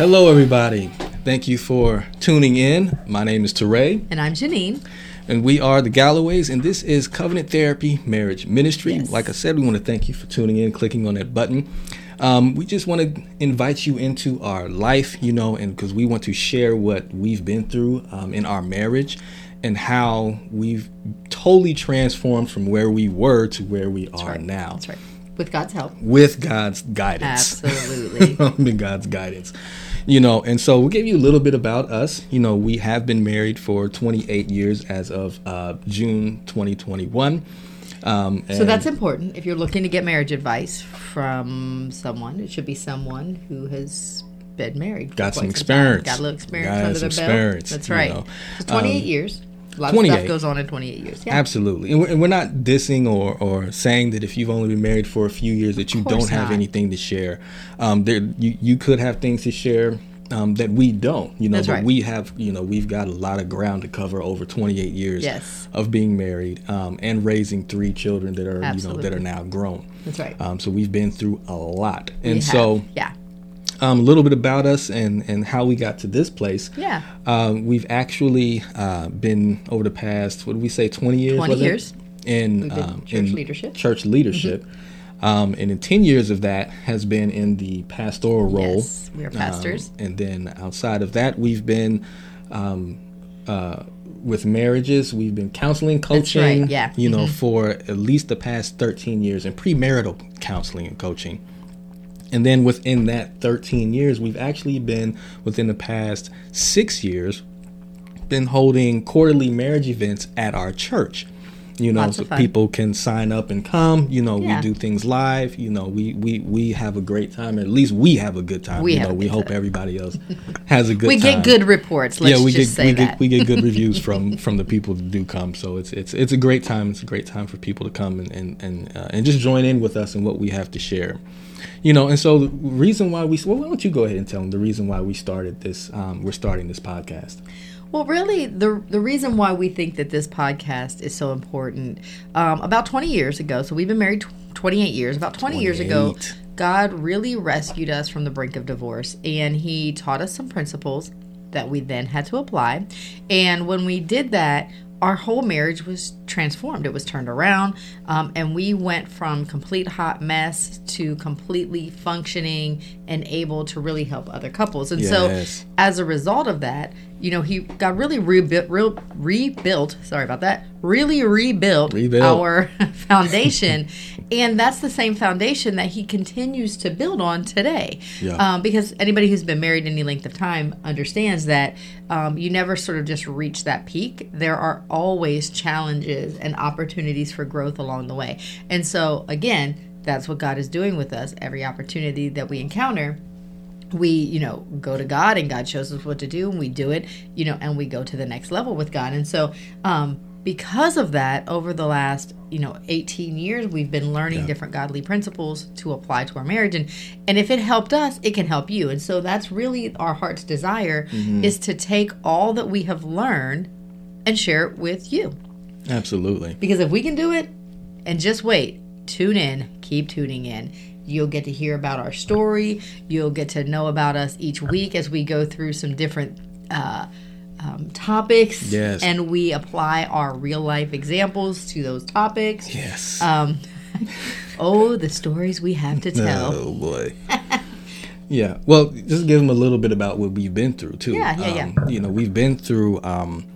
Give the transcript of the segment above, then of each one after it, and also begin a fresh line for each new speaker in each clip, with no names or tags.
Hello, everybody. Thank you for tuning in. My name is Teray,
And I'm Janine.
and we are the Galloways, and this is Covenant Therapy Marriage Ministry.
Yes.
Like I said, we want to thank you for tuning in, clicking on that button. Um, we just want to invite you into our life, you know, and because we want to share what we've been through um, in our marriage and how we've totally transformed from where we were to where we are now
That's right. With God's help.
with God's guidance.
Absolutely.
under God's guidance. You know, and so we'll give you a little bit about us. You know, we have been married for 28 years as of uh, June 2021. Um,
so that's important. If you're looking to get marriage advice from someone, it should be someone who has been married. for
Got some
quite time.
experience.
Got a little experience
Got
under
some
their
experience,
belt. That's
you
right.
know. Um,
So 28 years. A lot of
28.
stuff goes on in 28 years. Yeah.
Absolutely. And we're, and we're not dissing or, or saying that if you've only been married for a few years that you
course
don't have
not.
anything to share. Um, there, you, you could have things to share um, that we don't, you know,
That's
but
right.
we have, you know, we've got a lot of ground to cover over 28 years
Yes.
of being married um, and raising three children that are, you know, that
Absolutely.
are now grown.
That's right.
Um, so we've been through a lot.
We
And
have-
so
yeah.
um, a little bit about us and, and how we got to this place.
Yeah.
Um, we've actually uh, been over the past, what did we say, 20 years?
20
was it?
years.
In
did
um,
church
in
leadership. Mm-hmm.
Church leadership. Um, and in 10 years of that has been in the pastoral role.
Yes, we are pastors.
Um, and then outside of that, we've been. Um, uh, with marriages, we've been counseling, coaching,
right, yeah. Mm-hmm.
you know, for at least the past 13 years in premarital counseling and coaching. And then within that 13 years, we've actually been within the past six years been holding quarterly marriage events at our church. You know,
Lots
so
of fun.
people can sign up and come. You know,
Yeah.
we do things live. You know, we we we have a great time. At least we have a good time.
We
you
have
know,
a
we
good
hope everybody else has a good
we
time.
get good reports. Let's
Um, yeah, we
just
get
say
we
that.
get we get good reviews from from the people that do come. So it's it's it's a great time. It's a great time for people to come and and and, uh, and just join in with us and what we have to share. You know, and so the reason why we well, why don't you go ahead and tell them the reason why we started this? Um, we're starting this podcast.
Well, really, the the reason why we think that this podcast is so important, um, about 20 years ago, so we've been married tw- 28 years. About 20 years ago,
28.
God really rescued us from the brink of divorce, and He taught us some principles that we then had to apply. And when we did that, our whole marriage was transformed. It was turned around, um, and we went from complete hot mess to completely functioning and able to really help other couples. And
Yes.
so, as a result of that, you know, he got really rebuilt, real, rebuilt. Sorry about that. Really rebuilt,
Rebuilt.
our foundation, and that's the same foundation that he continues to build on today.
Yeah.
Um, because anybody who's been married any length of time understands that um, you never sort of just reach that peak. There are always challenges and opportunities for growth along the way. And so, again. That's what God is doing with us. Every opportunity that we encounter, we you know go to god and god shows us what to do and we do it you know and we go to the next level with god and so um because of that over the last you know 18 years we've been learning different godly principles to apply to our marriage and and if it helped us it can help you and so that's really our heart's desire is to take all that we have learned and share it with you
Absolutely.
because if we can do it, and just wait, tune in, keep tuning in. You'll get to hear about our story. You'll get to know about us each week as we go through some different uh, um, topics.
Yes.
And we apply our real life examples to those topics. Um,
Yes.
Oh, the stories we have to tell.
Oh boy. yeah. Well, just give them a little bit about what we've been through too.
Yeah, yeah,
um, You know, we've been through. Um,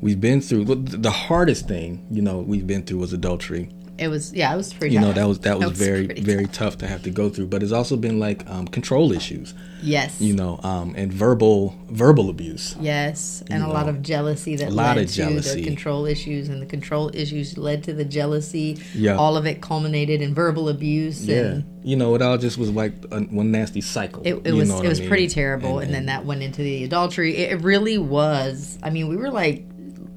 we've been through. well, th- The hardest thing, you know, we've been through was adultery.
It was, yeah, it was pretty
You know,
tough.
that was that was
was
very
pretty
very tough to have to go through. But it's also been like um, control issues.
yes.
You know, um, and verbal verbal abuse.
Yes, and a lot of jealousy that
lot
led
of
to
jealousy.
the control issues, and the control issues led to the jealousy.
Yeah.
all of it culminated in verbal abuse.
Yeah.
and
You know, it all just was like a, one nasty cycle.
it, it
you
was
know what
it
I
was
mean?
pretty terrible. And, then that went into the adultery. It, it really was. I mean, we were like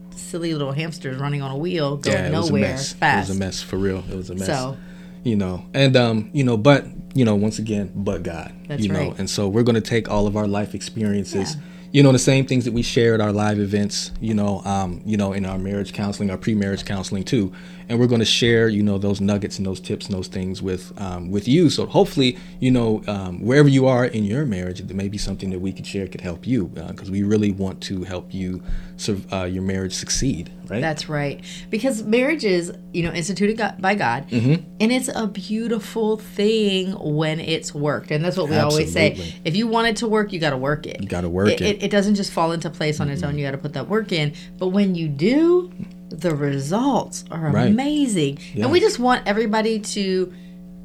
silly little hamsters running on a wheel, going
yeah, it was a
nowhere
mess.
fast.
It was a mess for real. It was a mess.
So-
you know, and um, you know, but you know, once again, but God,
That's
you know,
right.
and so we're going to take all of our life experiences. You know, the same things that we share at our live events, you know, um, you know, in our marriage counseling, our pre-marriage counseling too, and we're going to share you know those nuggets and those tips and those things with um, with you. So hopefully you know um, wherever you are in your marriage, there may be something that we could share could help you because we really want to help you serve, uh, your marriage succeed. Right?
That's right. Because marriage is, you know, instituted God, by God,
Mm-hmm.
and it's a beautiful thing when it's worked. And that's what we always say.
Absolutely.
If you want it to work, you got to work it. You
gotta work
it.
it.
It, doesn't just fall into place on its own. You got to put that work in. But when you do, the results are
Right.
amazing. And we just want everybody to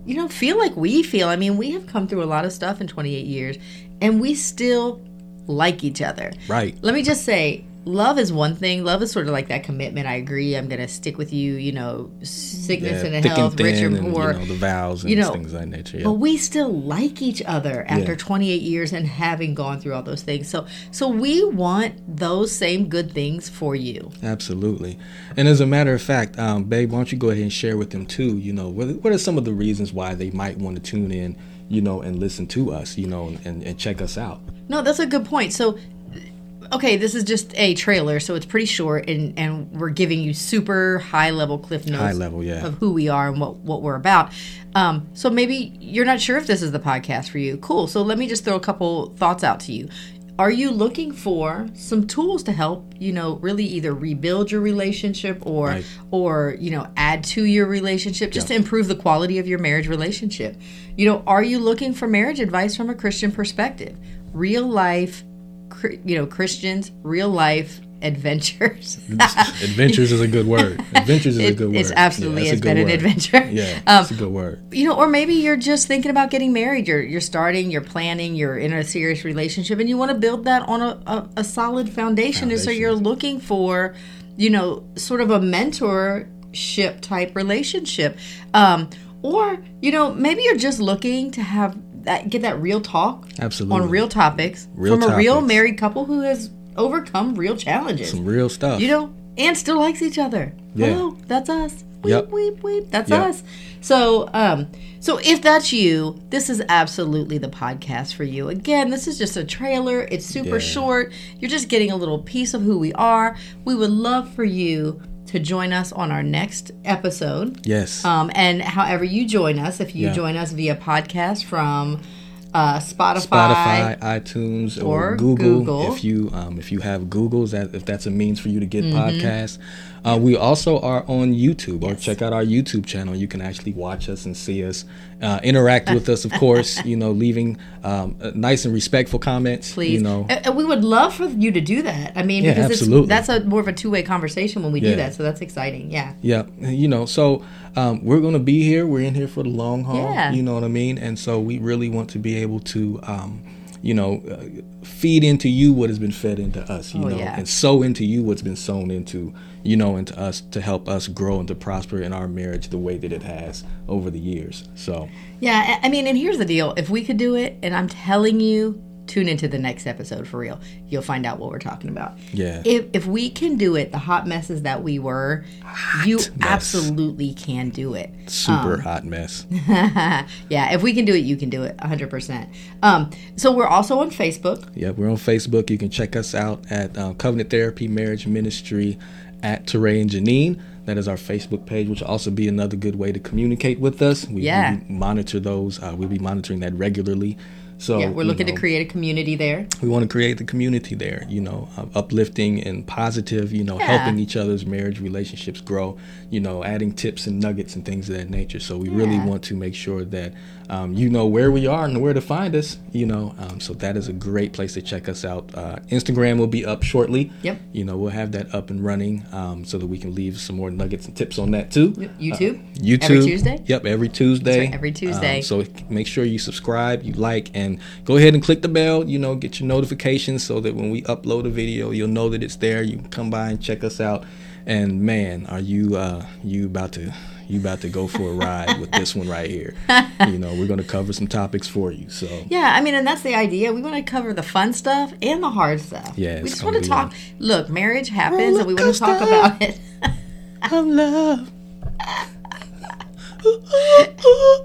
you know, feel like we feel. I mean, we have come through a lot of stuff in 28 years and we still like each other.
Right.
Let me just say, love is one thing. Love is sort of like that commitment. I agree. I'm going to stick with you, you know, sickness
Yeah,
and health, rich or
and, you
poor.
know, the vows and
you know, oh.
things of that nature. Yeah.
But we still like each other after
Yeah.
28 years and having gone through all those things. So, so we want those same good things for you.
Absolutely. And as a matter of fact, um, babe, why don't you go ahead and share with them too? You know, what, what are some of the reasons why they might want to tune in, you know, and listen to us, you know, and, and check us out?
No, that's a good point. So, okay, this is just a trailer, so it's pretty short, and and we're giving you super high level cliff notes,
High level, yeah.
of who we are and what what we're about. Um, so maybe you're not sure if this is the podcast for you. Cool. So let me just throw a couple thoughts out to you. Are you looking for some tools to help you know really either rebuild your relationship or
Right.
or you know add to your relationship just to improve the quality of your marriage relationship? You know, are you looking for marriage advice from a Christian perspective? Real life cr- you know Christians real life adventures.
Adventures is a good word. Adventures is a good word.
it's absolutely
it's
it's been an adventure.
Yeah,
Um,
it's a good word.
You know, or maybe you're just thinking about getting married. You're you're starting, you're planning, you're in a serious relationship, and you want to build that on a, a, a solid foundation. And so
Foundation.
you're looking for, you know, sort of a mentorship type relationship. Um, or, you know, maybe you're just looking to have that get that real talk
Absolutely.
on real topics
Real
from a real
topics.
married couple who has overcome real challenges
Some real stuff.
you know, and still likes each other.
Yeah.
Hello, that's us. Weep,
Yep.
weep, weep. That's
Yep.
us. So, um, so if that's you, this is absolutely the podcast for you. Again, this is just a trailer. It's super
Yeah.
short. You're just getting a little piece of who we are. We would love for you to join us on our next episode.
yes.
Um, and however you join us, if you
Yeah.
join us via podcast from uh,
Spotify, iTunes, or,
or
Google,
Google. Mm-hmm.
If you um, if you have Google's, that if that's a means for you to get podcasts, uh, we also are on YouTube. Or check out our YouTube channel. You can actually watch us and see us, uh, interact with us. Of course, you know, leaving um, uh, nice and respectful comments.
please.
You know,
And- and we would love for you to do that. I mean,
Yeah,
because
absolutely.
It's, that's a more of a two way conversation when we do
Yeah.
that. So that's exciting. Yeah.
Yeah, you know, so um, we're going to be here. We're in here for the long haul.
Yeah.
You know what I mean? And so we really want to be able to, um, you know, uh, feed into you what has been fed into us, you
Oh,
know,
yeah.
and sow into you what's been sown into, you know, into us to help us grow and to prosper in our marriage the way that it has over the years. So,
Yeah. I I mean, and here's the deal if we could do it, and I'm telling you, tune into the next episode for real. You'll find out what we're talking about.
yeah.
If, if we can do it, the hot messes that we were, you absolutely can do it. Um,
Super hot mess.
yeah, if we can do it, you can do it 100%. Um, so we're also on Facebook.
Yeah, we're on Facebook. You can check us out at um, Covenant Therapy Marriage Ministry at Teray and Janine. That is our Facebook page, which will also be another good way to communicate with us. We,
Yeah.
we monitor those. Uh, we'll be monitoring that regularly. So
Yeah, we're
you
looking
know,
to create a community there.
we want to create the community there. You know, um, uplifting and positive. You know,
Yeah.
helping each other's marriage relationships grow. You know, adding tips and nuggets and things of that nature. So we really
Yeah.
want to make sure that um, you know where we are and where to find us. You know, um, so that is a great place to check us out. Uh, Instagram will be up shortly.
Yep.
You know, we'll have that up and running um, so that we can leave some more nuggets and tips on that too.
YouTube.
Uh, YouTube
Every Tuesday.
Yep, every Tuesday. Um,
right, every Tuesday.
so make sure you subscribe, you like, and go ahead and click the bell. You know, get your notifications so that when we upload a video, you'll know that it's there. You can come by and check us out. And man, are you uh, you about to you about to go for a ride with this one right here? You know, we're going to cover some topics for you. So
Yeah, I mean, and that's the idea. We want to cover the fun stuff and the hard stuff.
Yeah,
we
it's
just
gonna
want to
be
talk. Look, marriage happens, and we
Roller
want to talk
coaster.
about it.
I'm love.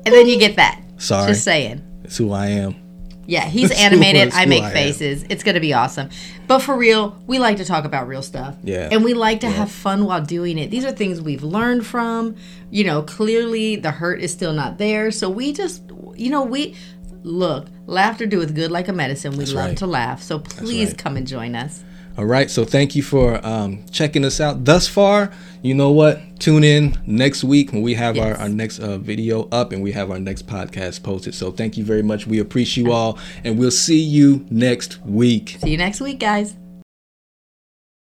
And then you get that.
Sorry,
Just saying.
it's who I am.
Yeah, he's
That's who-
animated.
that's
I
who
make
I am.
faces. It's going to be awesome. But for real, we like to talk about real stuff.
Yeah.
And we like to have fun while doing it. These are things we've learned from. You know, clearly the hurt is still not there. So we just, you know, we look, laughter doeth good like a medicine. We love
right.
to laugh. So please
right.
come and join us.
All right. So thank you for um, checking us out thus far. You know what? Tune in next week when we have our,
Yes.
our next uh, video up and we have our next podcast posted. So thank you very much. We appreciate you all. And we'll see you next week.
See you next week, guys.